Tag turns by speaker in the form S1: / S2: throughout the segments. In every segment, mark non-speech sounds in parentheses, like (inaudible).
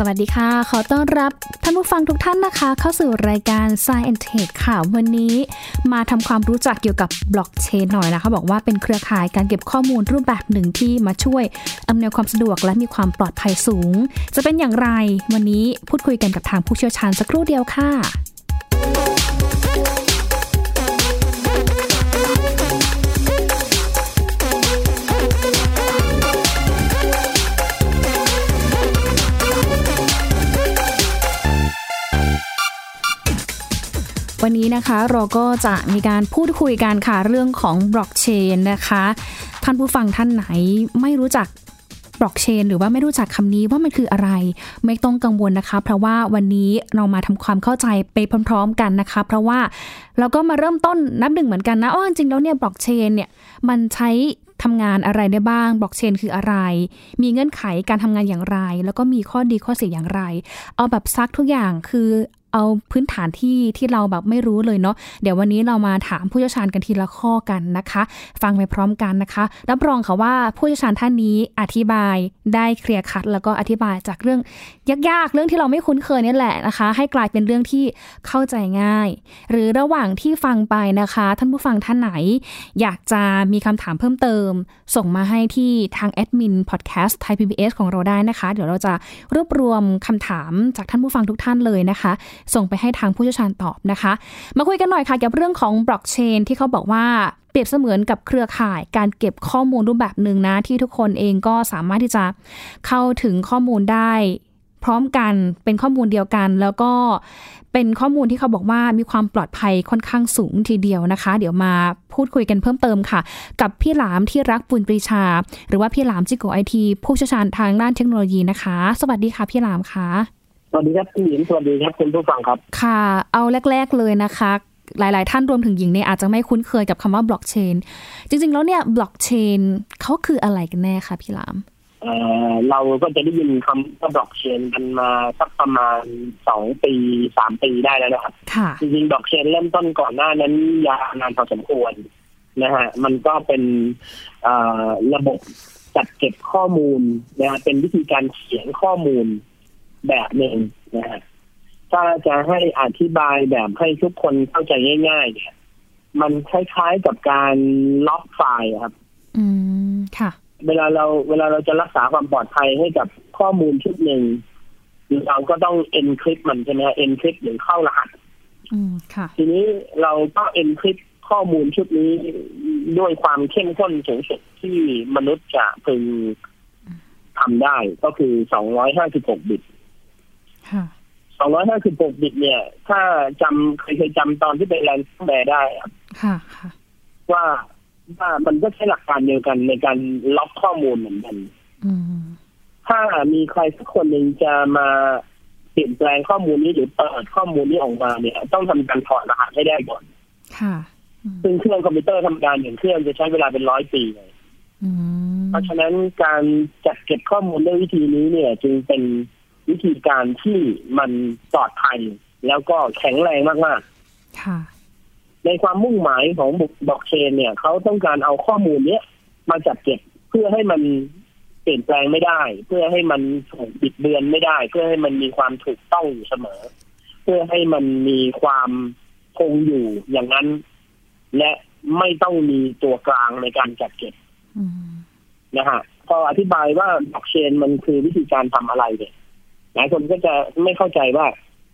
S1: สวัสดีค่ะ ขอต้อนรับท่านผู้ฟังทุกท่านนะคะ เข้าสู่รายการ Science and Tech ค่ะ วันนี้มาทำความรู้จักเกี่ยวกับบล็อกเชนหน่อยนะคะ บอกว่าเป็นเครือข่ายการเก็บข้อมูลรูปแบบหนึ่งที่มาช่วยอำนวยความสะดวกและมีความปลอดภัยสูง จะเป็นอย่างไรวันนี้พูดคุยกันกับทางผู้เชี่ยวชาญสักครู่เดียวค่ะ วันนี้นะคะเราก็จะมีการพูดคุยกันค่ะเรื่องของบล็อกเชนนะคะ ท่านผู้ฟังท่านไหนไม่รู้จักบล็อกเชนหรือว่าไม่รู้จักคำนี้ว่ามันคืออะไร ไม่ต้องกังวลนะคะ เพราะว่าวันนี้เรามาทำความเข้าใจไปพร้อมๆกันนะคะ เพราะว่าเราก็มาเริ่มต้นนับหนึ่งเหมือนกันนะอ้อจริงๆแล้วเนี่ยบล็อกเชนเนี่ยมันใช้ทำงานอะไรได้บ้างบล็อกเชนคืออะไร มีเงื่อนไขการทำงานอย่างไร แล้วก็มีข้อดีข้อเสียอย่างไร เอาแบบซักทุกอย่างคือเอาพื้นฐานที่ที่เราแบบไม่รู้เลยเนาะเดี๋ยววันนี้เรามาถามผู้เชี่ยวชาญกันทีละข้อกันนะคะ ฟังไปพร้อมกันนะคะรับรองค่ะว่าผู้เชี่ยวชาญท่านนี้อธิบายได้เคลียร์คัด แล้วก็อธิบายจากเรื่องยากๆ เรื่องที่เราไม่คุ้นเคยนี่แหละนะคะ ให้กลายเป็นเรื่องที่เข้าใจง่าย หรือระหว่างที่ฟังไปนะคะ ท่านผู้ฟังท่านไหน อยากจะมีคำถามเพิ่มเติม ส่งมาให้ที่ทางแอดมินพอดแคสต์ไทยพีบีของเราได้นะคะ เดี๋ยวเราจะรวบรวมคำถามจากท่านผู้ฟังทุกท่านเลยนะคะ ส่งไปให้ทางผู้เชี่ยวชาญตอบนะคะ มาคุยกันหน่อยค่ะเกี่ยวกับเรื่องของบล็อกเชนที่เขาบอกว่าเปรียบเสมือนกับเครือข่ายการเก็บข้อมูลรูปแบบหนึ่งนะ ที่ทุกคนเองก็สามารถที่จะเข้าถึงข้อมูลได้ พร้อมกันเป็นข้อมูลเดียวกัน แล้วก็เป็นข้อมูลที่เขาบอกว่ามีความปลอดภัยค่อนข้างสูงทีเดียวนะคะ เดี๋ยวมาพูดคุยกันเพิ่มเติมค่ะ กับพี่หลามที่รักปุณปรีชา หรือว่าพี่หลามจิโกไอทีผู้เชี่ยวชาญทางด้านเทคโนโลยีนะคะ สวัสดีค่ะพี่หลามค่ะ
S2: สวัสดีครับพี่หญิงสวัสดีครับคุณผู้ฟังครับ
S1: ค่ะ เอาแรก ๆ เลยนะคะ หลาย ๆ ท่านรวมถึงหญิงเนี่ยอาจจะไม่คุ้นเคยกับคำว่าบล็อกเชน จริง ๆ แล้วเนี่ยบล็อกเชนเขาคืออะไรกันแน่คะพี่หลาม
S2: เอ่อเราก็จะได้ยินคำว่าดอกเชนกันมาสักประมาณสองปีสามปีได้แล้วนะครับ
S1: ค่ะ
S2: จริงๆดอกเชนเริ่มต้นก่อนหน้านั้นยาวนานพอสมควรนะฮะมันก็เป็นเอ่อระบบจัดเก็บข้อมูลนะฮะเป็นวิธีการเขียนข้อมูลแบบหนึ่งนะฮะถ้าจะให้อธิบายแบบให้ทุกคนเข้าใจง่าย ๆ เนี่ย มันคล้ายๆกับการล็อกไฟล์อะครับ
S1: อืม ค่ะ
S2: เวลาเราเวลาเราจะรักษาความปลอดภัยให้กับข้อมูลชุดหนึ่ง เราก็ต้อง encrypt มันใช่ไหมฮะ encrypt หรือเข้ารหัส
S1: อืม ค่ะ
S2: ทีนี้เราก็ encrypt ข้อมูลชุดนี้ด้วยความเข้มข้นสูงสุดที่มนุษย์จะพึงทำได้ก็คือ 256 บิต
S1: ค่ะ
S2: 256 บิตเนี่ย ถ้าจำเคยเคยจำตอนที่เป็นแลนซ์แบร์ได้อะ
S1: ค่ะ ค่ะ
S2: ว่าว่ามันก็ใช้หลักการเดียวกันในการล็อกข้อมูลเหมือนกัน
S1: อืม
S2: ถ้ามีใครสักคนหนึ่งจะมาเปลี่ยนแปลงข้อมูลนี้หรือเปิดข้อมูลนี้ออกมาเนี่ย ต้องทำการถอดรหัสให้ได้ก่อน
S1: ค่ะ อืม
S2: ซึ่งเครื่องคอมพิวเตอร์ทำการอย่างเครื่องจะใช้เวลาเป็นร้อยปีเลย
S1: อืม
S2: เพราะฉะนั้นการจัดเก็บข้อมูลด้วยวิธีนี้เนี่ย จึงเป็นวิธีการที่มันปลอดภัยแล้วก็แข็งแรงมาก
S1: ค่ะ
S2: ๆ ในความมุ่งหมายของบล็อกเชนเนี่ยเขาต้องการเอาข้อมูลเนี้ยมาจัดเก็บเพื่อให้มันเปลี่ยนแปลงไม่ได้ เพื่อให้มันถูกบิดเบือนไม่ได้ เพื่อให้มันมีความถูกต้องอยู่เสมอ เพื่อให้มันมีความคงอยู่อย่างนั้น และไม่ต้องมีตัวกลางในการจัดเก็บ
S1: อืม
S2: นะฮะพออธิบายว่าบล็อกเชนมันคือวิธีการทำอะไรเนี่ยหลายคนก็จะไม่เข้าใจว่า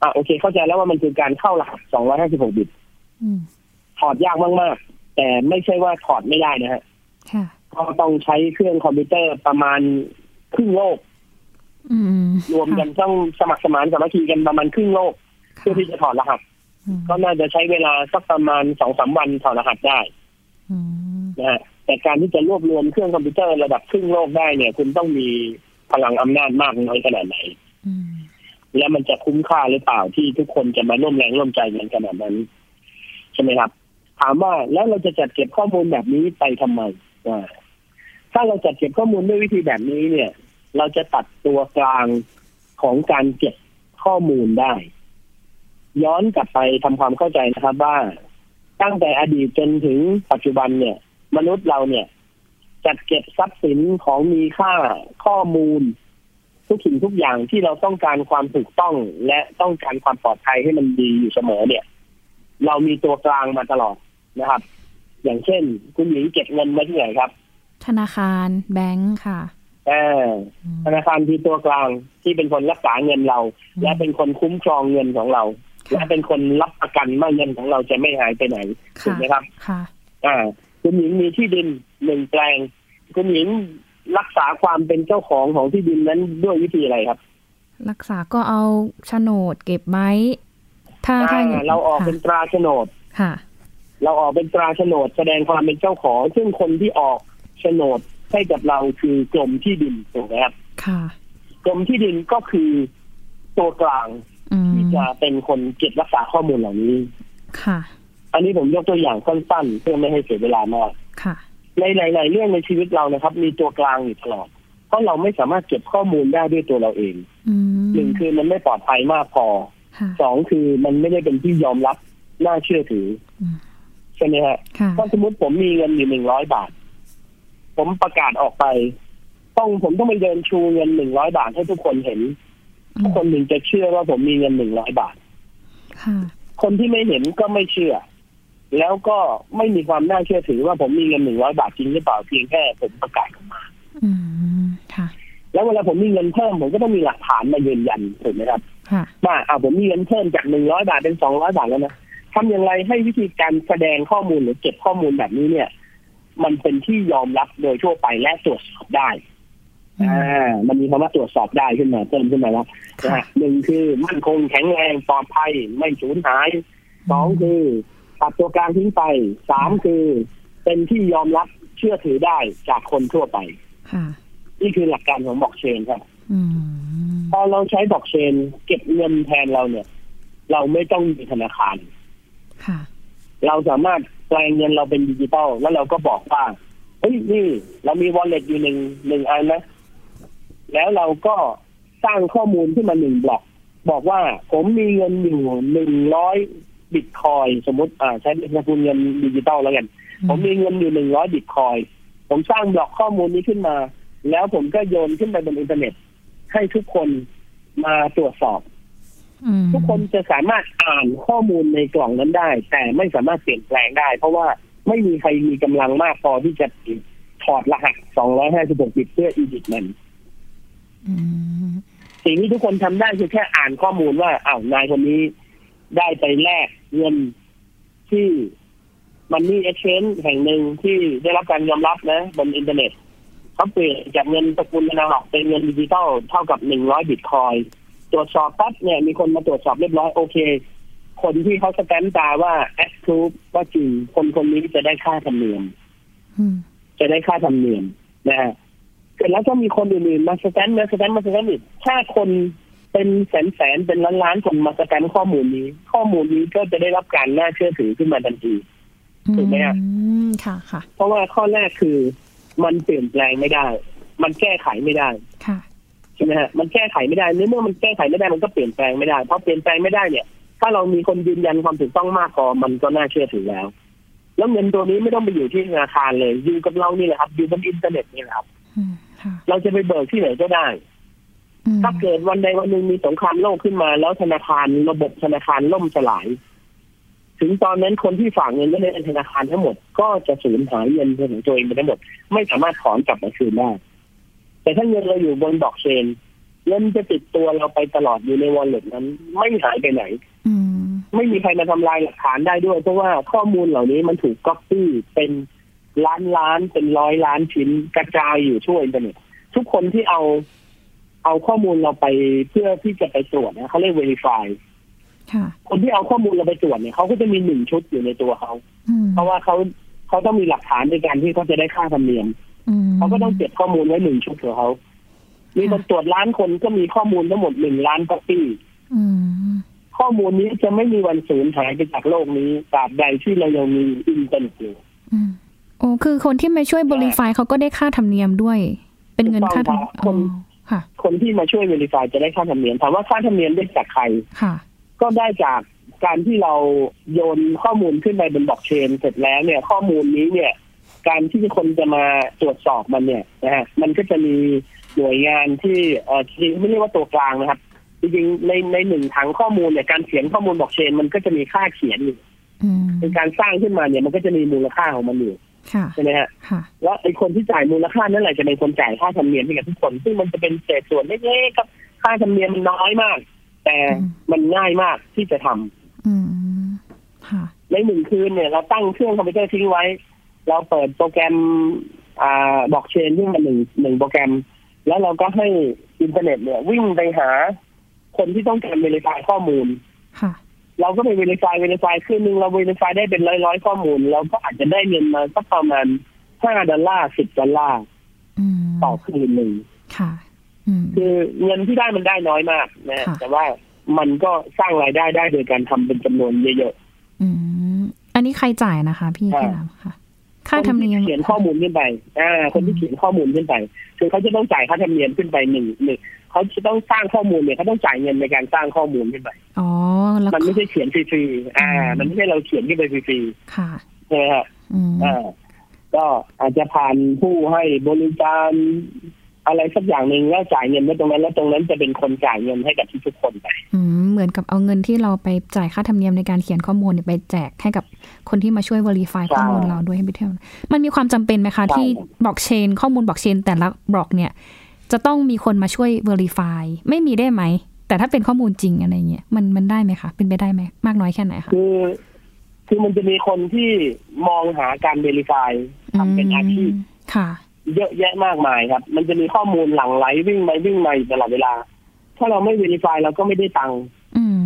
S2: อ่ะโอเค เข้าใจแล้วว่ามันคือการเข้ารหัส256 บิต
S1: อืม
S2: ถอดยากมากๆ แต่ไม่ใช่ว่าถอดไม่ได้นะฮะ
S1: ค่ะ
S2: ก็ต้องใช้เครื่องคอมพิวเตอร์ประมาณครึ่งโลก
S1: อืม
S2: รวมกันต้องสมัครสมานสามัคคีกันประมาณครึ่งโลกเพื่
S1: ค่ะ
S2: อที่จะถอดรหัส ก็น่าจะใช้เวลาสักประมาณสองสามวันถอดรหัสได้
S1: อืม
S2: นะฮะแต่การที่จะรวบรวมเครื่องคอมพิวเตอร์ระดับครึ่งโลกได้เนี่ย คุณต้องมีพลังอำนาจมากน้อยขนาดไหน
S1: อืม
S2: และมันจะคุ้มค่าหรือเปล่าที่ทุกคนจะมาร่วมแรงร่วมใจกันขนาดนั้นใช่ไหมครับ ถามว่าแล้วเราจะจัดเก็บข้อมูลแบบนี้ไปทำไมอ่าถ้าเราจัดเก็บข้อมูลด้วยวิธีแบบนี้เนี่ย เราจะตัดตัวกลางของการเก็บข้อมูลได้ ย้อนกลับไปทำความเข้าใจนะครับว่าตั้งแต่อดีตจนถึงปัจจุบันเนี่ย มนุษย์เราเนี่ย จัดเก็บทรัพย์สินของมีค่าข้อมูล ทุกสิ่งทุกอย่างที่เราต้องการความถูกต้องและต้องการความปลอดภัยให้มันดีอยู่เสมอเนี่ย เรามีตัวกลางมาตลอดนะครับ อย่างเช่น คุณหญิงเก็บเงินไว้ที่ไหนครับ
S1: ธนาคารแบงค์ค่ะ
S2: อ่า
S1: อืม
S2: ธนาคารคือตัวกลางที่เป็นคนรักษาเงินเรา และเป็นคนคุ้มครองเงินของเรา และเป็นคนรับประกันว่าเงินของเราจะไม่หายไปไหนถูกไหมครับ
S1: ค่ะ
S2: อ่าคุณหญิงมีที่ดินหนึ่งแปลง คุณหญิงรักษาความเป็นเจ้าของของที่ดินนั้นด้วยวิธีอะไรครับ
S1: รักษาก็เอาโฉนดเก็บไว้ถ้าถ้า
S2: อ่าเราออกเป็นตราโฉนด
S1: ค่ะ
S2: เราออกเป็นตราโฉนดแสดงความเป็นเจ้าของ ซึ่งคนที่ออกโฉนดให้กับเราคือกรมที่ดินถูกไหมครับ
S1: ค่ะ
S2: กรมที่ดินก็คือตัวกลาง
S1: อืม
S2: ที่จะเป็นคนเก็บรักษาข้อมูลเหล่านี้
S1: ค่ะ
S2: อันนี้ผมยกตัวอย่างสั้นๆเพื่อไม่ให้เสียเวลามาก
S1: ค่ะ
S2: ในหลาย ๆ เรื่องในชีวิตเรานะครับ มีตัวกลางอยู่ตลอด เพราะเราไม่สามารถเก็บข้อมูลได้ด้วยตัวเราเอง
S1: อืม
S2: หนึ่งคือมันไม่ปลอดภัยมากพอ
S1: ค่ะ
S2: สองคือมันไม่ได้เป็นที่ยอมรับน่าเชื่อถืออ
S1: ม
S2: ใช่ไหมฮะ
S1: ค่ะ
S2: ถ้าสมมติผมมีเงินอยู่หนึ่งร้อยบาท ผมประกาศออกไป ต้องผมต้องไปเดินชูเงินหนึ่งร้อยบาทให้ทุกคนเห็นทุกคนถึงจะเชื่อว่าผมมีเงินหนึ่งร้อยบาท
S1: ค่ะ
S2: คนที่ไม่เห็นก็ไม่เชื่อ แล้วก็ไม่มีความน่าเชื่อถือว่าผมมีเงินหนึ่งร้อยบาทจริงหรือเปล่าเพียงแค่ผมประกาศ
S1: อืมค่ะ
S2: แล้วเวลาผมมีเงินเพิ่มผมก็ต้องมีหลักฐานมายืนยันถูกไหมครับ
S1: ค่ะ
S2: ว่าอ่าผมมีเงินเพิ่มจากหนึ่งร้อยบาทเป็นสองร้อยบาทแล้วนะทำอย่างไรให้วิธีการแสดงข้อมูลหรือเก็บข้อมูลแบบนี้เนี่ย มันเป็นที่ยอมรับโดยทั่วไปและตรวจสอบได้
S1: อืม
S2: อ่ามันมีคำว่าตรวจสอบได้ขึ้นมาเพิ่มขึ้นมาแล้วนะ
S1: ค่ะ
S2: ฮะหนึ่งคือมั่นคงแข็งแรงปลอดภัยไม่สูญหายสองคือตัดตัวกลางทิ้งไปสามคือ เป็นที่ยอมรับเชื่อถือได้จากคนทั่วไป
S1: ค่ะ
S2: นี่คือหลักการของบล็อกเชนครับ
S1: อืม
S2: พอเราใช้บล็อกเชนเก็บเงินแทนเราเนี่ย เราไม่ต้องมีธนาคาร
S1: ค่ะ
S2: เราสามารถแปลงเงินเราเป็นดิจิตอลแล้วเราก็บอกว่าเฮ้ยนี่เรามีวอลเล็ตอยู่หนึ่งหนึ่งอันนะ แล้วเราก็สร้างข้อมูลขึ้นมาหนึ่งบล็อก บอกว่าผมมีเงินอยู่หนึ่งร้อยบิตคอยสมมติอ่าใช้เป็นสกุลเงินดิจิตอลแล้วกัน ผมมีเงินอยู่หนึ่งร้อยบิตคอยน์ผมสร้างบล็อกข้อมูลนี้ขึ้นมา แล้วผมก็โยนขึ้นไปบนอินเทอร์เน็ต ให้ทุกคนมาตรวจสอบ
S1: อืม
S2: ทุกคนจะสามารถอ่านข้อมูลในกล่องนั้นได้ แต่ไม่สามารถเปลี่ยนแปลงได้ เพราะว่าไม่มีใครมีกำลังมากพอที่จะถอดรหัส 256 บิตเพื่ออีดิทมัน
S1: อืม
S2: สิ่งที่ทุกคนทำได้คือแค่อ่านข้อมูลว่าอ้าวนายคนนี้ได้ไปแลกเงินที่มันนี่เอ็กชแนนแห่งหนึ่งที่ได้รับการยอมรับนะ บนอินเทอร์เน็ตเขาเปลี่ยนจากเงินสกุลนาหอกเป็นเงินดิจิตอลเท่ากับหนึ่งร้อยบิตคอยตรวจสอบปั๊บเนี่ยมีคนมาตรวจสอบเรียบร้อยโอเค คนที่เขาสแตมป์ตาว่าแอดทูปว่าจริงคนคนนี้จะได้ค่าธรรมเนียม
S1: อืม
S2: จะได้ค่าธรรมเนียมนะฮะเสร็จแล้วก็มีคนอื่นๆมาสแตนมาสแตนมาสแตนอีกถ้าคนเป็นแสนแสนๆเป็นล้านล้านๆคนมาสแตนข้อมูลนี้ ข้อมูลนี้ก็จะได้รับการน่าเชื่อถือขึ้นมาทันที ถูกไหมอะ
S1: อืมค่ะค่ะ
S2: เพราะว่าข้อแรกคือมันเปลี่ยนแปลงไม่ได้ มันแก้ไขไม่ได้
S1: ค่ะ
S2: ใช่ไหมฮะมันแก้ไขไม่ได้ในเมื่อมันแก้ไขไม่ได้มันก็เปลี่ยนแปลงไม่ได้เพราะเปลี่ยนแปลงไม่ได้เนี่ย ถ้าเรามีคนยืนยันความถูกต้องมากพอมันก็น่าเชื่อถือแล้ว แล้วเงินตัวนี้ไม่ต้องไปอยู่ที่ธนาคารเลยอยู่กับเรานี่แหละครับอยู่บนอินเทอร์เน็ตนี่แหละครับ
S1: อืมค่ะ
S2: เราจะไปเบิกที่ไหนก็ได้
S1: อืม
S2: ถ้าเกิดวันใดวันหนึ่งมีสงครามโลกขึ้นมา แล้วธนาคารระบบธนาคารล่มสลาย ถึงตอนนั้นคนที่ฝากเงินไว้ในธนาคารทั้งหมด ก็จะสูญหายเงินของตัวเองไปทั้งหมด ไม่สามารถถอนกลับมาคืนได้ แต่ถ้าเงินเราอยู่บนบล็อกเชนเงินจะติดตัวเราไปตลอดอยู่ในวอลเล็ตนั้น ไม่หายไปไหน
S1: อืม
S2: ไม่มีใครมาทำลายหลักฐานได้ด้วย เพราะว่าข้อมูลเหล่านี้มันถูกก๊อปปี้เป็นล้านล้านเป็นร้อยล้านชิ้นกระจายอยู่ทั่วอินเทอร์เน็ตทุกคนที่เอาเอาข้อมูลเราไปเพื่อที่จะไปตรวจนะเขาเรียก verify
S1: ค่ะ
S2: คนที่เอาข้อมูลเราไปตรวจเนี่ยเขาก็จะมีหนึ่งชุดอยู่ในตัวเขา
S1: อืม
S2: เพราะว่าเขาเขาต้องมีหลักฐานในการที่เขาจะได้ค่าธรรมเนียม
S1: อืม
S2: เขาก็ต้องเก็บข้อมูลไว้หนึ่งชุดของเขามีคนตรวจล้านคนก็มีข้อมูลทั้งหมดหนึ่งล้านก๊อปปี้
S1: อืม
S2: ข้อมูลนี้จะไม่มีวันสูญหายไปจากโลกนี้ตราบใดที่เรายังมีอินเทอร์เน็ตอยู่
S1: อืมโอ้คือคนที่มาช่วยบริไฟเขาก็ได้ค่าธรรมเนียมด้วย เป็นเงินค่าธรรม
S2: ถูกต้องครับ
S1: อ๋อน
S2: ค
S1: ค่ะ
S2: คนที่มาช่วยเวลิฟายจะได้ค่าธรรมเนียมถามว่าค่าธรรมเนียมได้จากใคร
S1: ค่ะ
S2: ก็ได้จากการที่เราโยนข้อมูลขึ้นไปบนบล็อกเชน เสร็จแล้วเนี่ย ข้อมูลนี้เนี่ย การที่คนจะมาตรวจสอบมันเนี่ยนะฮะมันก็จะมีหน่วยงานที่เออจริงๆไม่เรียกว่าตัวกลางนะครับ จริงๆในในหนึ่งถังข้อมูลเนี่ยการเขียนข้อมูลบล็อกเชน มันก็จะมีค่าเขียนอยู่
S1: อืม
S2: เป็นการสร้างขึ้นมาเนี่ยมันก็จะมีมูลค่าของมันอยู่
S1: ค่ะ
S2: ใช่ไหมฮะ
S1: ค่ะ
S2: แล้วไอ้คนที่จ่ายมูลค่านั่นแหละจะเป็นคนจ่ายค่าธรรมเนียมให้กับทุกคน ซึ่งมันจะเป็นเศษส่วนเล็กๆครับ ค่าธรรมเนียมมันน้อยมาก แต่
S1: อืม
S2: มันง่ายมากที่จะทำ
S1: อืมค่ะ
S2: ในหนึ่งคืนเนี่ยเราตั้งเครื่องคอมพิวเตอร์ทิ้งไว้ เราเปิดโปรแกรมอ่าบอกเชนขึ้นมาหนึ่งหนึ่งโปรแกรม แล้วเราก็ให้อินเทอร์เน็ตเนี่ย วิ่งไปหา คนที่ต้องการเวล i f y ข้อมูล
S1: ค่ะ
S2: เราก็ไปเวลิฟายเวลิฟายคืนหนึ่งเราเวลิฟายได้เป็นร้อยร้อยๆข้อมูล เราก็อาจจะได้เงินมาสักประมาณห้าดอลลาร์สิบดอลลาร์
S1: อืม
S2: ต่อคืนหนึ่ง
S1: ค่ะ อืม
S2: คือเงินที่ได้มันได้น้อยมากนะฮะ
S1: ค่ะ
S2: แต่ว่ามันก็สร้างรายได้ได้โดยการทำเป็นจำนวนเยอะ
S1: อืมอันนี้ใครจ่ายนะคะ พี่พี่น้ำค่ะ
S2: ๆ
S1: ค่าธรรมเนียม
S2: คนที่เขียนข้อมูลขึ้นไปอ่าคนที่เขียนข้อมูลขึ้นไป คือเขาจะต้องจ่ายค่าธรรมเนียมขึ้นไปหนึ่งหนึ่งเขาจะต้องสร้างข้อมูลเนี่ยเขาต้องจ่ายเงินในการสร้างข้อมูลขึ้นไป
S1: อ๋อ แล้ว
S2: มัน
S1: ก็
S2: ไม่ใช่เขียนฟรีๆอ่า
S1: อืม
S2: มันไม่ใช่เราเขียนขึ้นไปฟรี
S1: ค่ะ
S2: ๆใช่ไหมฮะ
S1: อืม
S2: อ่าก็อาจจะผ่านผู้ให้บริการอะไรสักอย่างหนึ่งแล้วจ่ายเงินไว้ตรงนั้นแล้วตรงนั้นจะเป็นคนจ่ายเงินให้กับทุกๆคนไป
S1: อืมเหมือนกับเอาเงินที่เราไปจ่ายค่าธรรมเนียมในการเขียนข้อมูลเนี่ยไปแจกให้กับคนที่มาช่วย verify
S2: ใช่
S1: ข้อมูลเราด้วยให้ไปเที่ยวมันมีความจำเป็นไหมคะ
S2: ใช่
S1: ที่บล็อกเชน ข้อมูลบล็อกเชน แต่ละบล็อกเนี่ย จะต้องมีคนมาช่วย verify ไม่มีได้ไหม แต่ถ้าเป็นข้อมูลจริงอะไรเงี้ยมันมันได้ไหมคะเป็นไปได้ไหมมากน้อยแค่ไหนคะ
S2: คือคือมันจะมีคนที่มองหาการเวลิฟายทำเป็นอาชีพ
S1: มค่ะ
S2: เยอะแยะมากมายครับ มันจะมีข้อมูลหลั่งไหลวิ่งไปวิ่งมาอยู่ตลอดเวลา ถ้าเราไม่เวลิฟายเราก็ไม่ได้ตังค์
S1: อืม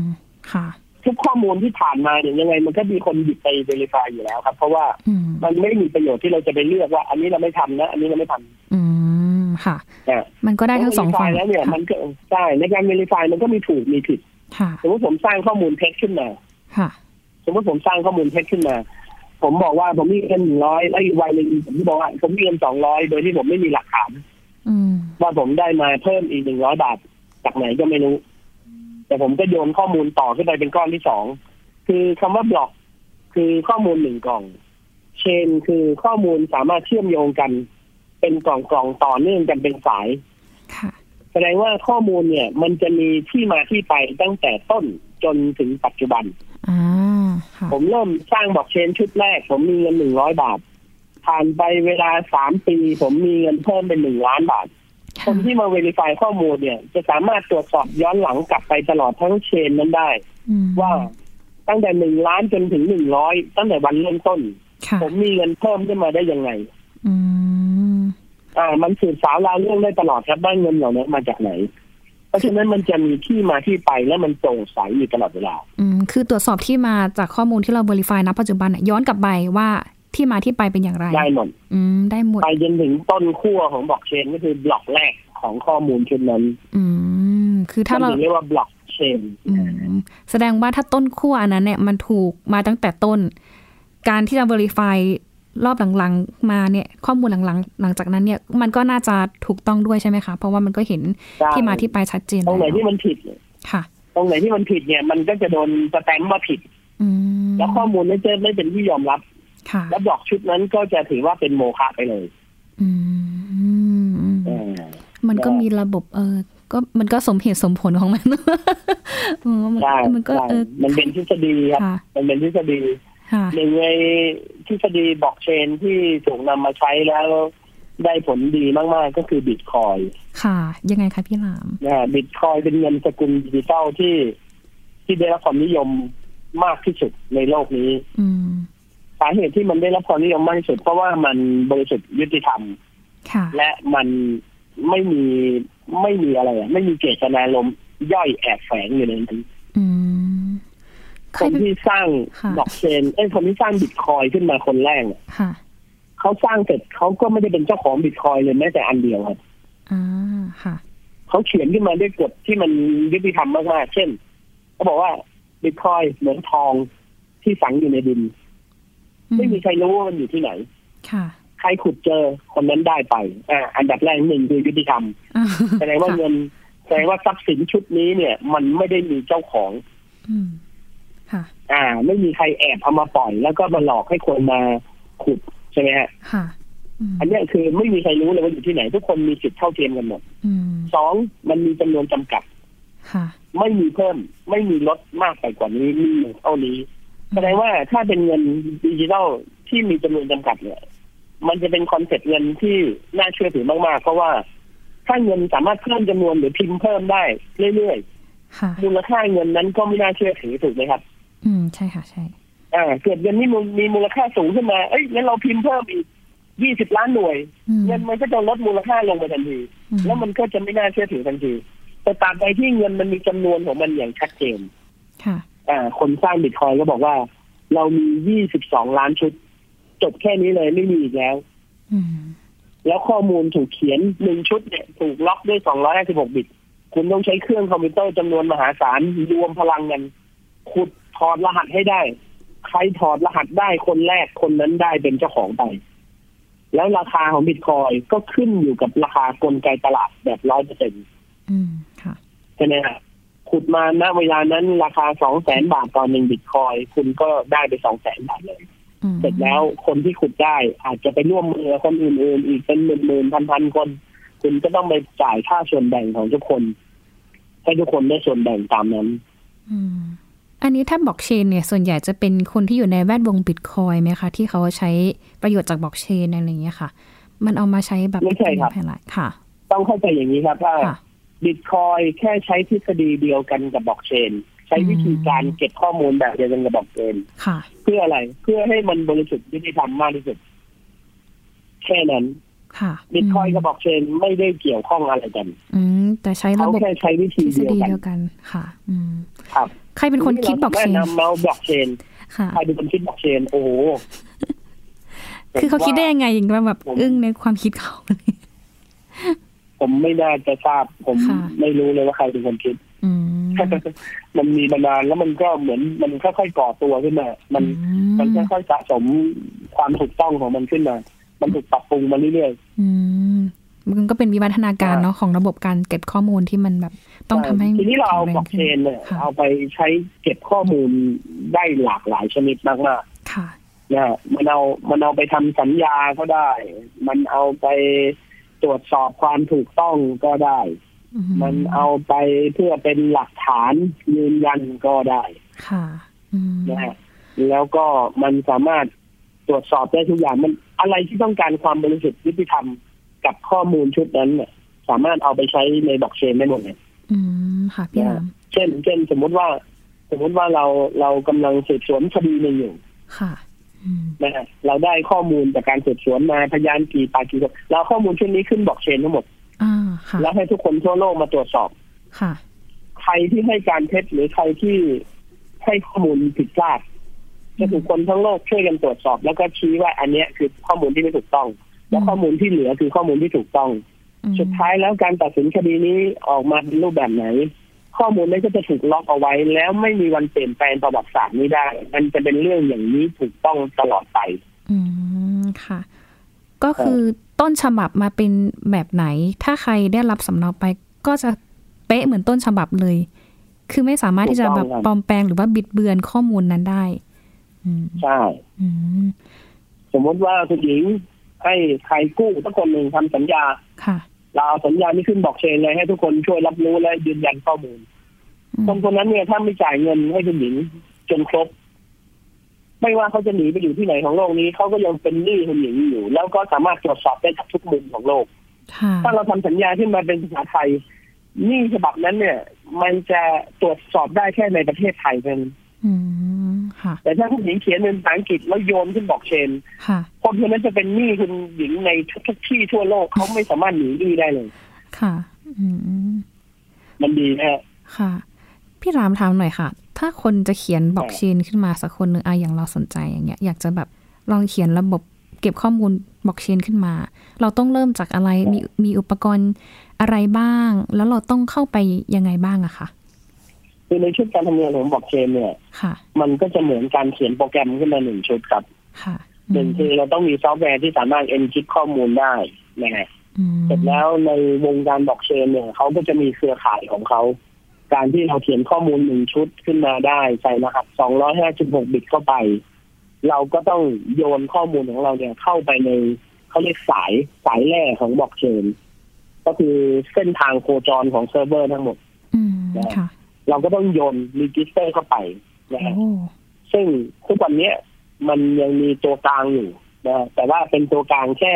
S1: ค่ะ
S2: ทุกข้อมูลที่ผ่านมาเนี่ยยังไง มันก็มีคนหยิบไปเวลิฟายอยู่แล้วครับ เพราะว่า
S1: อืม
S2: มันไม่มีประโยชน์ที่เราจะไปเลือกว่า อันนี้เราไม่ทำนะ อันนี้เราไม่ท
S1: อืม ค่ะ
S2: ำนะ
S1: มันก็ได้ทั้งสองฝั่ง
S2: เมื่เวลิฟายแล้วเนี่ย มันก็ใช่ในการเวลิฟายมันก็มีถูกมีผิด
S1: ค่ะ
S2: สมมติผมสร้างข้อมูลเท็จขึ้นมา
S1: ค่ะ
S2: สมมติผมสร้างข้อมูลเท็จขึ้นมา ผมบอกว่าผมมีเงินหนึ่งร้อยแล้วอีกวันหนึ่งผมบอกว่าผมมีเงินสองร้อยโดยที่ผมไม่มีหลักฐาน
S1: อืม
S2: ว่าผมได้มาเพิ่มอีกหนึ่งร้อยบาท จากไหนก็ไม่รู้ แต่ผมก็โยนข้อมูลต่อขึ้นไปเป็นก้อนที่สองคือคำว่าบล็อกคือข้อมูลหนึ่งกล่อง เชนคือข้อมูลสามารถเชื่อมโยงกัน เป็นกล่องกล่องๆต่อเนื่องกันเป็นสาย
S1: ค่ะ
S2: แสดงว่าข้อมูลเนี่ย มันจะมีที่มาที่ไปตั้งแต่ต้นจนถึงปัจจุบัน
S1: อ่า ค่ะ
S2: ผมเริ่มสร้างบล็อกเชนชุดแรก ผมมีเงินหนึ่งร้อยบาท ผ่านไปเวลาสามปี ผมมีเงินเพิ่มเป็นหนึ่งล้านบาท คนที่มาเว r ิฟายข้อมูลเนี่ย จะสามารถตรวจสอบย้อนหลังกลับไปตลอดทั้งเชนนั้นได้
S1: อืม
S2: ว่าตั้งแต่หนึ่งล้านจนถึงหนึ่งร้อยตั้งแต่วันเริ่มต้น
S1: ค่ะ
S2: ผมมีเงินเพิ่มขึ้นมาได้ยังไง
S1: อืม
S2: อ่า มันสืบสาวราวเรื่องได้ตลอดครับว่าเงินเหล่านั้นมาจากไหน เพราะฉะนั้นมันจะมีที่มาที่ไปและมันโปร่งใสอยู่ตลอดเวลา
S1: อืม คือตรวจสอบที่มาจากข้อมูลที่เรา verify ณปัจจุบันน่ะย้อนกลับไปว่าที่มาที่ไปเป็นอย่างไร
S2: ได้หมด
S1: อืม ได้หมด
S2: ไปจนถึงต้นขั้วของบล็อกเชนก็คือบล็อกแรกของข้อมูลชุดนั้น
S1: อืม คือถ้าเรา
S2: นถึงเรียกว่าบล็อกเชน
S1: อืมแสดงว่าถ้าต้นขั้วอันนั้นเนี่ยมันถูกมาตั้งแต่ต้น การที่จะ verify รอบหลังๆมาเนี่ยข้อมูลหลังๆ หลังจากนั้นเนี่ยมันก็น่าจะถูกต้องด้วยใช่ไหมคะ เพราะว่ามันก็เห็นที่มาที่ไปชัดเจน
S2: ตรงไหน
S1: แล้ว
S2: ที่มันผิด
S1: ค่ะ
S2: ตรงไหนที่มันผิดเนี่ย มันก็จะโดนสแตมป์ว่าผิด
S1: อืม
S2: แล้วข้อมูลนั้นจะไม่เป็นที่ยอมรับ
S1: ค่ะ
S2: แล้วบล็อกชุดนั้นก็จะถือว่าเป็นโมฆะไปเลย
S1: อืม
S2: เออ
S1: มันก็มีระบบเออ ก็มันก็สมเหตุสมผลของมัน (laughs) อืมมัน
S2: ใช่
S1: มันก็
S2: ใช่
S1: เออ
S2: มันเป็นทฤษฎีครับ
S1: ค่ะ
S2: มันเป็นทฤษฎี
S1: ค่ะ
S2: หนึ่งในทฤษฎีบล็อกเชนที่ถูกนำมาใช้แล้ว ได้ผลดีมาก ๆ ก็คือบิตคอย
S1: ค่ะ ยังไงคะพี่หลาม
S2: นะบิตคอยเป็นเงินสกุลดิจิทัลที่ที่ได้รับความนิยมมากที่สุดในโลกนี้
S1: อืม
S2: สาเหตุที่มันได้รับความนิยมมากที่สุด เพราะว่ามันบริสุทธิ์ยุติธรรม
S1: ค่ะ
S2: และมันไม่มีไม่มีอะไรอะไม่มีเจตนาลมณ์ย่อยแอบแฝงอยู่ในนั้น
S1: อืมเค
S2: ค
S1: ย
S2: น
S1: ดู
S2: ที่สร้าง
S1: ค่ะ
S2: บล็อกเชนไอ้ยคนที่สร้างบิตคอยขึ้นมาคนแรกเนี่ย
S1: ค่ะ
S2: เขาสร้างเสร็จเขาก็ไม่ได้เป็นเจ้าของบิตคอยเลยแม้แต่อันเดียวครับ
S1: อ่าค่ะ
S2: เขาเขียนขึ้นมาด้วยกฎที่มันยุติธรรมมากๆเช่นเขาบอกว่าบิตคอยเหมือนทองที่ฝังอยู่ในดิน
S1: อื
S2: ไม่มีใครรู้ว่ามันอยู่ที่ไหน
S1: ค่ะ
S2: ใครขุดเจอคนนั้นได้ไป อ่า อันดับแรกหนึ่งคือยุติธรรม
S1: อ่า
S2: (laughs) แสดงว่า
S1: ค่ะ
S2: เงิน แสดงว่าทรัพย์สินชุดนี้เนี่ย มันไม่ได้มีเจ้าของ
S1: อืมค่ะ
S2: อ่า ไม่มีใครแอบเอามาปล่อย แล้วก็มาหลอกให้คนมาขุด ช่ไหมฮะ
S1: ค่ะม
S2: อันเนี้ยคือไม่มีใครรู้เลยว่าอยู่ที่ไหน ทุกคนมีสิทธิ์เท่าเทียมกันหมด
S1: อืม
S2: สองมันมีจำนวนจำกัด
S1: ค่ะ
S2: ไม่มีเพิ่ม ไม่มีลดมากไปกว่านี้มีอยู่เท่านี้ แสดงว่าถ้าเป็นเงินดิจิทัลที่มีจำนวนจำกัดเนี่ย มันจะเป็นคอนเซ็ปต์เงินที่น่าเชื่อถือมากๆ เพราะว่า ถ้าเงินสามารถเพิ่มจำนวนหรือพิมพ์เพิ่มได้เรื่อย
S1: ค่ะ
S2: ๆมูลค่าเงินนั้นก็ไม่น่าเชื่อถือถูกไหมครับ
S1: อืม ใช่ค่ะ ใช่
S2: อ่าเกิดเงินนี่มูลมีมูลค่าสูงขึ้นมาเอ้ยงั้นเราพิมพ์เพิ่มอีกยี่สิบล้านหน่วย
S1: อืม
S2: เงินมันก็จะลดมูลค่าลงไปทันที
S1: อื
S2: แล้วมันก็จะไม่น่าเชื่อถือทันที แต่ตราบใดที่เงินมันมีจำนวนของมันอย่างชัดเจน
S1: ค่ะ
S2: อ่าคนสร้างบิตคอยก็บอกว่า เรามี 22 ล้านชุด จบแค่นี้เลยไม่มีอีกแล้ว
S1: อืม
S2: แล้วข้อมูลถูกเขียนหนึ่งชุดเนี่ยถูกล็อกด้วย 256 บิต คุณต้องใช้เครื่องคอมพิวเตอร์จำนวนมหาศาลรวมพลังกันขุดถอดรหัสให้ได้ ใครถอดรหัสได้คนแรกคนนั้นได้เป็นเจ้าของไป แล้วราคาของบิตคอยก็ขึ้นอยู่กับราคากลไกตลาดแบบร้อยเปอร์เซ็น
S1: อืม ค่ะ
S2: ใช่ไหมครับขุดมาณเวลานั้นราคาสองแสนบาทต่อหนึ่งบิตคอยน์คุณก็ได้ไปสองแสนบาทเลย
S1: อืม
S2: เสร็จแล้วคนที่ขุดได้อาจจะไปร่วมมือกับคนอื่นๆ อีกเป็นหมื่นๆพันๆคน คุณก็ต้องไปจ่ายค่าส่วนแบ่งของทุกคน ให้ทุกคนได้ส่วนแบ่งตามนั้น
S1: อืม อันนี้ถ้าบล็อกเชนเนี่ย ส่วนใหญ่จะเป็นคนที่อยู่ในแวดวงบิตคอยไหมคะ ที่เขาใช้ประโยชน์จากบล็อกเชนอะไรอย่างเงี้ยค่ะ มันเอามาใช้แบบ
S2: ไม่ใช่ครับ
S1: เป็นแผ่นหลายค่ะ
S2: ต้องเข้าใจอย่างนี้ครับว่า
S1: ค่ะ
S2: บิตคอยน์แค่ใช้ทฤษฎีเดียวกันกับบล็อกเชน ใช้วิธีการเก็บข้อมูลแบบเดียวกันกับบล็อกเชน
S1: ค่ะ
S2: เพื่ออะไร เพื่อให้มันบริสุทธิ์ยุติธรรมมากที่สุดแค่นั้น
S1: ค่ะ
S2: บิตคอยน์กับบล็อกเชนไม่ได้เกี่ยวข้องอะไรกัน
S1: อืม แต่ใช้ระ
S2: เขา
S1: บบ
S2: แค่ใช้วิ
S1: ท
S2: ธี
S1: ฤษ
S2: เดียว
S1: ฎี
S2: กัน
S1: เดียวกัน ค่ะ อืม
S2: ครับ
S1: ใครเป็นคนคิดบล็อกเชน
S2: นำเมาบล็อกเชน
S1: ค่ะ
S2: ใครเป็นคนคิดบล็อกเชน โอ้โห
S1: คือเขาคิดได้ยังไงอย่างว่าแบบอึ้งในความคิดเขาเลย
S2: ผมไม่น่าจะทราบ ผม
S1: ค่ะ
S2: ไม่รู้เลยว่าใครเป็นคนคิด
S1: อืม
S2: มันมีมานานแล้วมันก็เหมือนมันค่อยๆก่อตัวขึ้นมา มัน
S1: อื
S2: มันค่อยๆสะสมความถูกต้องของมันขึ้นมา มันถูกปรับปรุงมาเรื่อย
S1: อืมมันก็เป็นวิวัฒนาการ
S2: ค่ะ
S1: เนาะของระบบการเก็บข้อมูลที่มันแบบ
S2: ๆ
S1: ต้องทำให้
S2: ทีนี้เราเอา
S1: แข็งแง
S2: บล็อกเช
S1: ขึ้
S2: นเนี่ย
S1: ค่ะ
S2: เอาไปใช้เก็บข้อมูลได้หลากหลายชนิดมากๆ
S1: ค่ะ
S2: นะฮะมันเอา มันเอาไปทำสัญญาก็ได้ มันเอาไปตรวจสอบความถูกต้องก็ได้
S1: อื
S2: มันเอาไปเพื่อเป็นหลักฐานยืนยันก็ได้
S1: ค่ะอืม
S2: นะฮะ แล้วก็มันสามารถตรวจสอบได้ทุกอย่าง มันอะไรที่ต้องการความบริสุทธิ์ยุติธรรมกับข้อมูลชุดนั้นเนี่ยสามารถเอาไปใช้ในบล็อกเชนได้หมดเลย
S1: อืมค่ะพี่
S2: เนี่ย
S1: ราม
S2: เช่น เช่น สมมุติว่า สมมุติว่าเรา เรากำลังสืบสวนคดีหนึ่งอยู่
S1: ค่ะ อืม
S2: นะฮะเราได้ข้อมูลจากการสืบสวนมาพยานกี่ปากกี่คนเราเอาข้อมูลชุดนี้ขึ้นบล็อกเชนทั้งหมด
S1: อ่าค่ะ
S2: แล้วให้ทุกคนทั่วโลกมาตรวจสอบ
S1: ค่ะ
S2: ใครที่ให้การเท็จหรือใครที่ให้ข้อมูลผิดพลาดจะถูกคนทั้งโลกช่วยกันตรวจสอบ แล้วก็ชี้ว่าอันเนี้ยคือข้อมูลที่ไม่ถูกต้อง และ
S1: อืม
S2: ข้อมูลที่เหลือคือข้อมูลที่ถูกต้อง
S1: อืม
S2: สุดท้ายแล้วการตัดสินคดีนี้ออกมาเป็นรูปแบบไหน ข้อมูลนั้นก็จะถูกล็อกเอาไว้ แล้วไม่มีวันเปลี่ยนแปลงประวัติศาสตร์นี้ได้ มันจะเป็นเรื่องอย่างนี้ถูกต้องตลอดไป
S1: อืมค่ะ ก็คือต้นฉบับมาเป็นแบบไหน ถ้าใครได้รับสำเนาไป ก็จะเป๊ะเหมือนต้นฉบับเลย คือไม่สามารถที่จะ
S2: ถูก
S1: แบ
S2: ต้
S1: บ
S2: องครับ
S1: ปลอมแปลงหรือว่าบิดเบือนข้อมูลนั้นได้ อืม
S2: ใช่
S1: อืม
S2: สมมติว่าคุณหญิงให้ใครกู้สักคนหนึ่งทำสัญญา
S1: ค่ะ
S2: เราเอาสัญญานี้ขึ้นบล็อกเชนเลยให้ทุกคนช่วยรับรู้และยืนยันข้อมูล
S1: อืม
S2: คนคนนั้นเนี่ยถ้าไม่จ่ายเงินให้คุณหญิงจนครบ ไม่ว่าเขาจะหนีไปอยู่ที่ไหนของโลกนี้เขาก็ยังเป็นหนี้คุณหญิงอยู่ แล้วก็สามารถตรวจสอบได้จากทุกมุมของโลก
S1: ค่ะ
S2: ถ้าเราทำสัญญาขึ้นมาเป็นภาษาไทยหนี้ฉบับนั้นเนี่ย มันจะตรวจสอบได้แค่ในประเทศไทยเท่านั้น
S1: อืม ค่ะ
S2: แต่ถ้าคุณหญิงเขียนเป็นภาษาอังกฤษแล้วโยนขึ้นบล็อกเชน
S1: ค่ะ
S2: คนคนนั้นจะเป็นหนี้คุณหญิงในทุกๆที่ทั่วโลกเขาไม่สามารถหนีหนี้ได้เลย
S1: ค่ะ อืม
S2: มันดีนะฮะ
S1: ค่ะ พี่รามถามหน่อยค่ะ ถ้าคนจะเขียนบล็อกเชนขึ้นมาสักคนหนึ่งอะอย่างเราสนใจอย่างเงี้ย อยากจะแบบลองเขียนระบบเก็บข้อมูลบล็อกเชนขึ้นมา เราต้องเริ่มจากอะไร มีมีอุปกรณ์อะไรบ้าง แล้วเราต้องเข้าไปยังไงบ้างอะคะ
S2: คือในชุดการทำงานของบล็อกเชนเนี่ย
S1: ค่ะ
S2: มันก็จะเหมือนการเขียนโปรแกรมขึ้นมาหนึ่งชุดครับ
S1: ค่ะ
S2: หนึ่งคือเราต้องมีซอฟต์แวร์ที่สามารถเอนจิตข้อมูลได้นะฮะ
S1: ม
S2: เสร็จแล้วในวงการบล็อกเชนเนี่ยเขาก็จะมีเครือข่ายของเขาการที่เราเขียนข้อมูลหนึ่งชุดขึ้นมาได้ ใส่รหัส256 บิตเข้าไป เราก็ต้องโยนข้อมูลของเราเนี่ยเข้าไปในเขาเรียกสายสายแร่ของบล็อกเชน ก็คือเส้นทางโคจรของเซิร์ฟเวอร์ทั้งหมด
S1: อืมค่ะ
S2: เราก็ต้องโยนรีจิสเตอร์เข้าไปนะฮะ
S1: โอ้
S2: ซึ่งทุกวันเนี้ยมันยังมีตัวกลางอยู่นะแต่ว่าเป็นตัวกลางแค่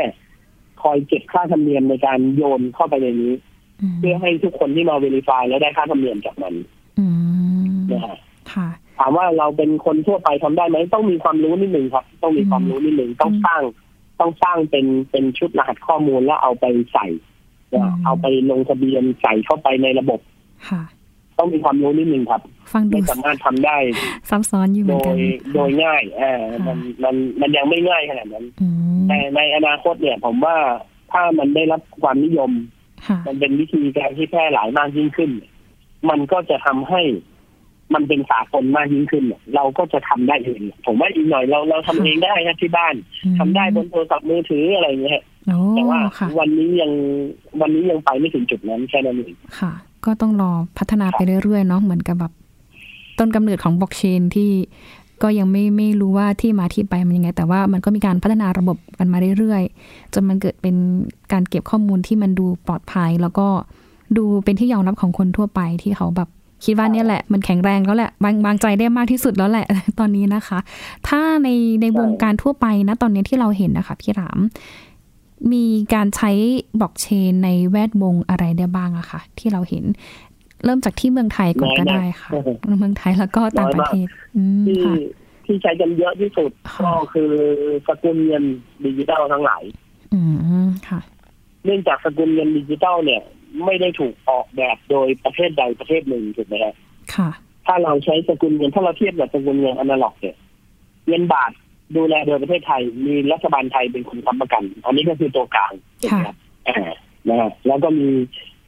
S2: คอยเก็บค่าธรรมเนียมในการโยนเข้าไปในนี้
S1: ม
S2: เพื่อให้ทุกคนที่มา verify แล้วได้ค่าธรรมเนียมจากมัน
S1: อืม
S2: นะฮะ
S1: ค่ะ
S2: ถามว่าเราเป็นคนทั่วไปทำได้ไหมต้องมีความรู้นิดหนึ่งครับ ต้องมีความรู้นิดหนึ่งต้องสร้าง ต้องสร้างเป็นเป็นชุดรหัสข้อมูลแล้วเอาไปใส่นะ
S1: อืม
S2: เอาไปลงทะเบียนใส่เข้าไปในระบบ
S1: ค่ะ
S2: ต้องมีความรู้นิดหนึ่งครับ
S1: ฟังดู
S2: ไม่สามารถทำได้
S1: ซับซ้อนอยู่เห
S2: โด
S1: มือนกัน
S2: ยโดยง่ายอ่ามันมันมันยังไม่ง่ายขนาดนั้น
S1: อืม
S2: แต่ในอนาคตเนี่ยผมว่าถ้ามันได้รับความนิยม
S1: ค่ะ
S2: มันเป็นวิธีการที่แพร่หลายมากยิ่งขึ้น มันก็จะทำให้มันเป็นสากลมากยิ่งขึ้น เราก็จะทำได้เองผมว่าอีกหน่อยเราเราทำเองได้นะที่บ้านทำได้บนโทรศัพท์มือถืออะไรอย่างเงี้ย
S1: โอ้
S2: แต่ว่า
S1: ค่ะ
S2: วันนี้ยังวันนี้ยังไปไม่ถึงจุดนั้นแค่นั้นเอง
S1: ค่ะ ก็ต้องรอพัฒนาไปเรื่อยๆเนาะ เหมือนกับแบบต้นกำเนิดของบล็อกเชนที่ก็ยังไม่ไม่รู้ว่าที่มาที่ไปมันยังไง แต่ว่ามันก็มีการพัฒนาระบบกันมาเรื่อยๆ จนมันเกิดเป็นการเก็บข้อมูลที่มันดูปลอดภัย แล้วก็ดูเป็นที่ยอมรับของคนทั่วไปที่เขาแบบคิดว่าเนี่ยแหละ มันแข็งแรงแล้วแหละวางวางใจได้มากที่สุดแล้วแหละ (laughs) ตอนนี้นะคะ ถ้าในในวงการทั่วไปนะตอนนี้ที่เราเห็นนะคะพี่หลาม มีการใช้บล็อกเชนในแวดวงอะไรได้บ้างอะคะที่เราเห็น เริ่มจากที่เมืองไทยก่อนก็ได้ค่ะ เมืองไทยแล้วก็ต่างประเทศอืม
S2: ที่
S1: ค่ะ
S2: ที่ใช้กันเยอะที่สุด
S1: ค่ะ
S2: ก็คือสกุลเงินดิจิทัลทั้งหลาย
S1: อืมค่ะ
S2: เนื่องจากสกุลเงินดิจิตอลเนี่ย ไม่ได้ถูกออกแบบโดยประเทศใดประเทศหนึ่งถูกไหมฮะ
S1: ค่ะ
S2: ถ้าเราใช้สกุลเงินถ้าเราเทียบกับสกุลเงินอนาล็อกเนี่ยเงินบาทดูแลโดยประเทศไทย มีรัฐบาลไทยเป็นคนค้ำประกัน อันนี้ก็คือตัวกลาง
S1: ค่ะ
S2: อ่านะฮะแล้วก็มี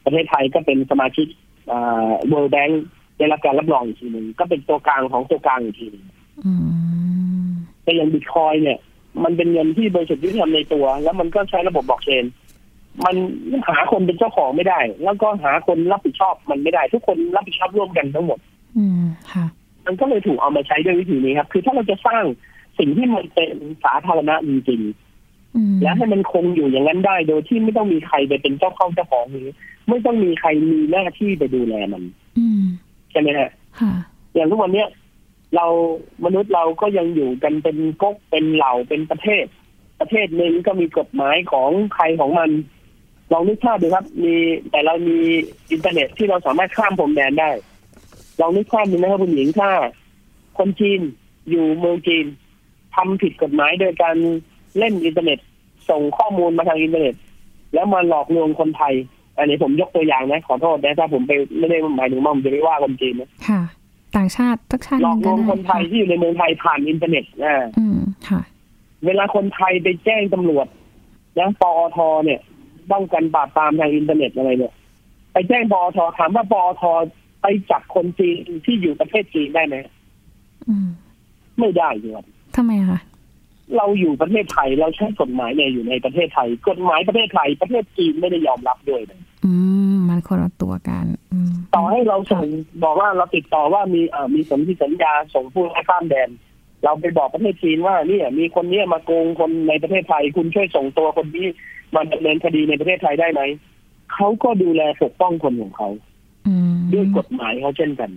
S2: ประเทศไทยก็เป็นสมาชิกเวิลด์แบงค์ได้รับการรับรองอีกทีหนึ่งก็เป็นตัวกลางของตัวกลางอีกทีหนึ่ง
S1: อืม
S2: แต่อย่างบิตคอยน์เนี่ย มันเป็นเงินที่บริษัทยุติธรรมในตัว แล้วมันก็ใช้ระบบบล็อกเชน มันหาคนเป็นเจ้าของไม่ได้ แล้วก็หาคนรับผิดชอบมันไม่ได้ ทุกคนรับผิดชอบร่วมกันทั้งหมด
S1: อืมค่ะ
S2: มันก็เลยถูกเอามาใช้ด้วยวิธีนี้ครับ คือถ้าเราจะสร้างสิ่งที่มันเป็นสาธารณะจริง
S1: อืม
S2: ๆและให้มันคงอยู่อย่างนั้นได้ โดยที่ไม่ต้องมีใครไปเป็นเจ้าเข้าเจ้าของหรือไม่ต้องมีใครมีหน้าที่ไปดูแลมัน
S1: อืม
S2: ใช่ไหมฮะ
S1: ค่ะ
S2: อย่างทุกวันเนี้ยเรามนุษย์เราก็ยังอยู่กันเป็นก๊กเป็นเหล่าเป็นประเทศ ประเทศหนึ่งก็มีกฎหมายของใครของมัน ลองนึกภาพดูครับ มีแต่เรามีอินเทอร์เน็ตที่เราสามารถข้ามพรมแดนได้ ลองนึกภาพดูนะครับคุณหญิงถ้า คนจีนอยู่เมืองจีนทำผิดกฎหมายโดยการเล่นอินเทอร์เน็ต ส่งข้อมูลมาทางอินเทอร์เน็ต แล้วมาหลอกลวงคนไทย อันนี้ผมยกตัวอย่างนะ ขอโทษนะถ้าผมไปไม่ได้หมายถึงว่าผมจะไปว่าคนจีนนะ
S1: ค่ะ ต่างชาติทักชาติ
S2: หลอกลวงคนไทย
S1: ะ
S2: ที่อยู่ในเมืองไทยผ่านอินเทอร์เน็ตอ่า
S1: อืมค่ะ
S2: เวลาคนไทยไปแจ้งตำรวจนะปอทเนี่ยป้องกันปราบปรามทางอินเทอร์เน็ตอะไรเนี่ย ไปแจ้งปอทถามว่าปอทไปจับคนจีนที่อยู่ประเทศจีนได้ไหม
S1: อืม
S2: ไม่ได้อยู่ครับ
S1: ทำไมอะคะ
S2: เราอยู่ประเทศไทยเราใช้กฎหมายเนี่ยอยู่ในประเทศไทย กฎหมายประเทศไทยประเทศจีนไม่ได้ยอมรับด้วยนะ
S1: อืมมันคนละตัวกันอืม
S2: ต่อให้เราส่งบอกว่าเราติดต่อว่ามีเอ่อมีสนธิสัญญาส่งผู้ร้ายข้ามแดน เราไปบอกประเทศจีนว่าเนี่ยมีคนเนี้ยมาโกงคนในประเทศไทย คุณช่วยส่งตัวคนนี้มาดำเนินคดีในประเทศไทยได้ไหมเขาก็ดูแลปกป้องคนของเขา
S1: อืม
S2: ด้วยกฎหมายเขาเช่นกัน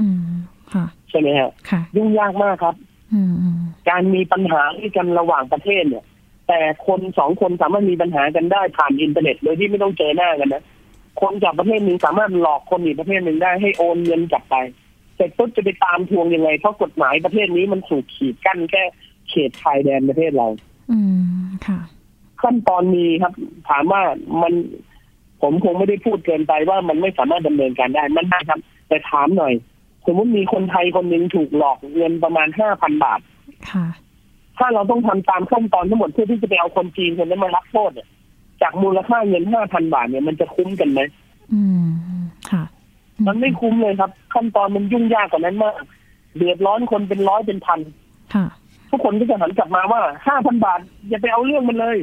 S1: อืมค่ะ
S2: ใช่ไหมฮะ
S1: ค่ะ
S2: ยุ่งยากมากครับ
S1: อืมอืม
S2: การมีปัญหาด้วยกันระหว่างประเทศเนี่ย แต่คนสองคนสามารถมีปัญหากันได้ผ่านอินเทอร์เน็ตโดยที่ไม่ต้องเจอหน้ากันนะคนจากประเทศหนึ่งสามารถหลอกคนอีกประเทศหนึ่งได้ให้โอนเงินกลับไปเสร็จปุ๊บจะไปตามทวงยังไงเพราะกฎหมายประเทศนี้มันถูกขีดกั้นแค่เขตชายแดนประเทศเรา
S1: อืมค่ะ
S2: ขั้นตอนมีครับ ถามว่ามันผมคงไม่ได้พูดเกินไปว่ามันไม่สามารถดำเนินการได้มันได้ครับ แต่ถามหน่อย สมมติมีคนไทยคนหนึ่งถูกหลอกเงินประมาณห้าพันบาท
S1: ค่ะ
S2: ถ้าเราต้องทำตามขั้นตอนทั้งหมดเพื่อที่จะไปเอาคนจีนคนนั้นมารับโทษเนี่ยจากมูลค่าเงินห้าพันบาทเนี่ยมันจะคุ้มกันไหม
S1: อืม ค่ะ
S2: มันไม่คุ้มเลยครับ ขั้นตอนมันยุ่งยากกว่านั้นมากเดือดร้อนคนเป็นร้อยเป็นพัน
S1: ค่ะ
S2: ทุกคนก็จะหันกลับมาว่าห้าพันบาทอย่าไปเอาเรื่องมันเลย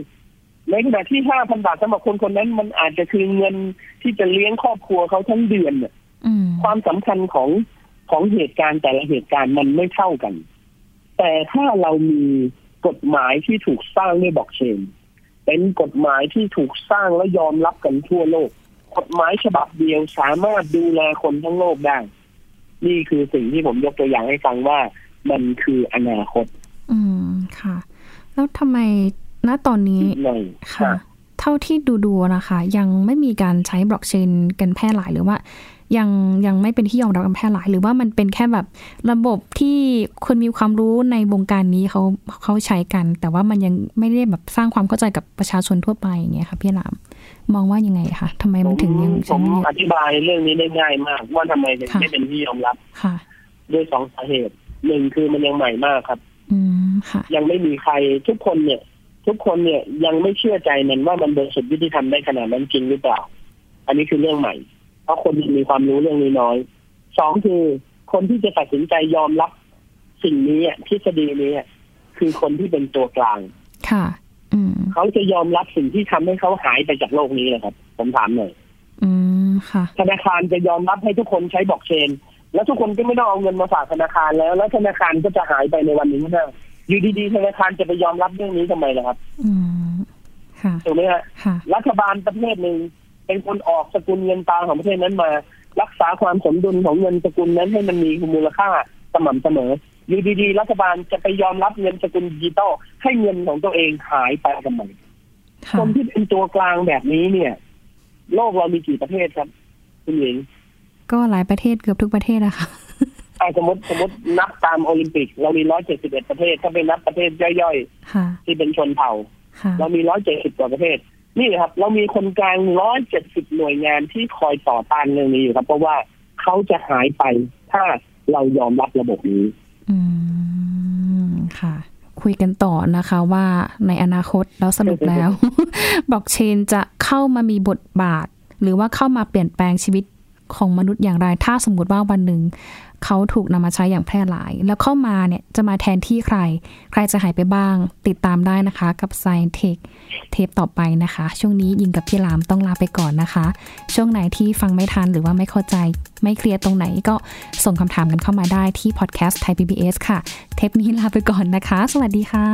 S2: ในขณะที่ห้าพันบาทสำหรับคนคนนั้น มันอาจจะคือเงินที่จะเลี้ยงครอบครัวเขาทั้งเดือนเนี่ย
S1: อืม
S2: ความสำคัญของของเหตุการณ์แต่ละเหตุการณ์มันไม่เท่ากัน แต่ถ้าเรามีกฎหมายที่ถูกสร้างด้วยบล็อกเชน เป็นกฎหมายที่ถูกสร้างและยอมรับกันทั่วโลก กฎหมายฉบับเดียวสามารถดูแลคนทั้งโลกได้ นี่คือสิ่งที่ผมยกตัวอย่างให้ฟังว่ามันคืออนาคต
S1: อืมค่ะ แล้วทำไมณตอนนี้
S2: หน่อย
S1: ค่ะ เท่าที่ดูดูๆนะคะ ยังไม่มีการใช้บล็อกเชนกันแพร่หลายหรือว่า ยังยังไม่เป็นที่ยอมรับกันแพร่หลาย หรือว่ามันเป็นแค่แบบระบบที่คนมีความรู้ในวงการนี้เขาเขาใช้กัน แต่ว่ามันยังไม่ได้แบบสร้างความเข้าใจกับประชาชนทั่วไปอย่างเงี้ยค่ะพี่หลามมองว่ายังไงคะทำไม
S2: ผ
S1: มัน
S2: ม
S1: ถึงยัง
S2: ผ
S1: ใช้
S2: ม
S1: ไม่เย
S2: อ
S1: อะ
S2: ธิบายเรื่องนี้ได้ง่ายมาก ว่าทำไมถึง
S1: ค่ะ
S2: ไม่เป็นที่ยอมรับ
S1: ค่ะ
S2: ด้วยสองสาเหตุหนึ่งคือมันยังใหม่มากครับ
S1: อืมค่ะ
S2: ยังไม่มีใครทุกคนเนี่ย ทุกคนเนี่ยยังไม่เชื่อใจมันว่ามันบริสุทธิ์ยุติธรรมได้ขนาดนั้นจริงหรือเปล่า อันนี้คือเรื่องใหม่ เพราะคนยังมีความรู้เรื่องนี้น้อยสองคือคนที่จะตัดสินใจยอมรับสิ่งนี้อะทฤษฎีนี้อะคือคนที่เป็นตัวกลาง
S1: ค่ะ อืม
S2: เขาจะยอมรับสิ่งที่ทำให้เขาหายไปจากโลกนี้เหรอครับ ผมถามหน่อย
S1: อืมค่ะ
S2: ธนาคารจะยอมรับให้ทุกคนใช้บล็อกเชน แล้วทุกคนก็ไม่ต้องเอาเงินมาฝากธนาคารแล้ว แล้วธนาคารก็จะหายไปในวันหนึ่งข้างหน้าอยู่ดีๆธนาคารจะไปยอมรับเรื่องนี้ทำไมล่ะครับ
S1: อืมค่ะ
S2: ถูกไหมฮะ
S1: ค่ะ
S2: รัฐบาลประเทศหนึ่งเป็นคนออกสกุลเงินตราของประเทศนั้นมา รักษาความสมดุลของเงินสกุลนั้นให้มันมีมูลค่าสม่ำเสมออยู่ดีๆรัฐบาลจะไปยอมรับเงินสกุลดิจิตอลให้เงินของตัวเองหายไปทำไม
S1: ค่ะ
S2: คนที่เป็นตัวกลางแบบนี้เนี่ย โลกเรามีกี่ประเทศครับคุณหญิง
S1: ก็หลายประเทศเกือบทุกประเทศนะคะ
S2: อ่ะสมมติสมมตินับตามโอลิมปิก เรามี 171 ประเทศ ถ้าไปนับประเทศย่อย
S1: ค่ะ
S2: ๆ ที่เป็นชนเผ่า
S1: ค่ะ
S2: เรามี 170 กว่าประเทศ นี่ครับ เรามีคนกลาง 170 หน่วยงานที่คอยต่อต้านเรื่องนี้อยู่ครับ เพราะว่าเขาจะหายไปถ้าเรายอมรับระบบนี้
S1: อืม ค่ะ คุยกันต่อนะคะว่าในอนาคตแล้วสรุปแล้ว (laughs) บล็อกเชนจะเข้ามามีบทบาท หรือว่าเข้ามาเปลี่ยนแปลงชีวิตของมนุษย์อย่างไร ถ้าสมมติว่าวันหนึ่ง เขาถูกนำมาใช้อย่างแพร่หลาย แล้วเข้ามาเนี่ยจะมาแทนที่ใคร ใครจะหายไปบ้าง ติดตามได้นะคะ กับ Science Tech เทปต่อไปนะคะ ช่วงนี้ยิงกับพี่หลามต้องลาไปก่อนนะคะ ช่วงไหนที่ฟังไม่ทันหรือว่าไม่เข้าใจ ไม่เคลียร์ตรงไหนก็ส่งคำถามกันเข้ามาได้ที่พอดแคสต์ไทย PBS ค่ะ เทปนี้ลาไปก่อนนะคะ สวัสดีค่ะ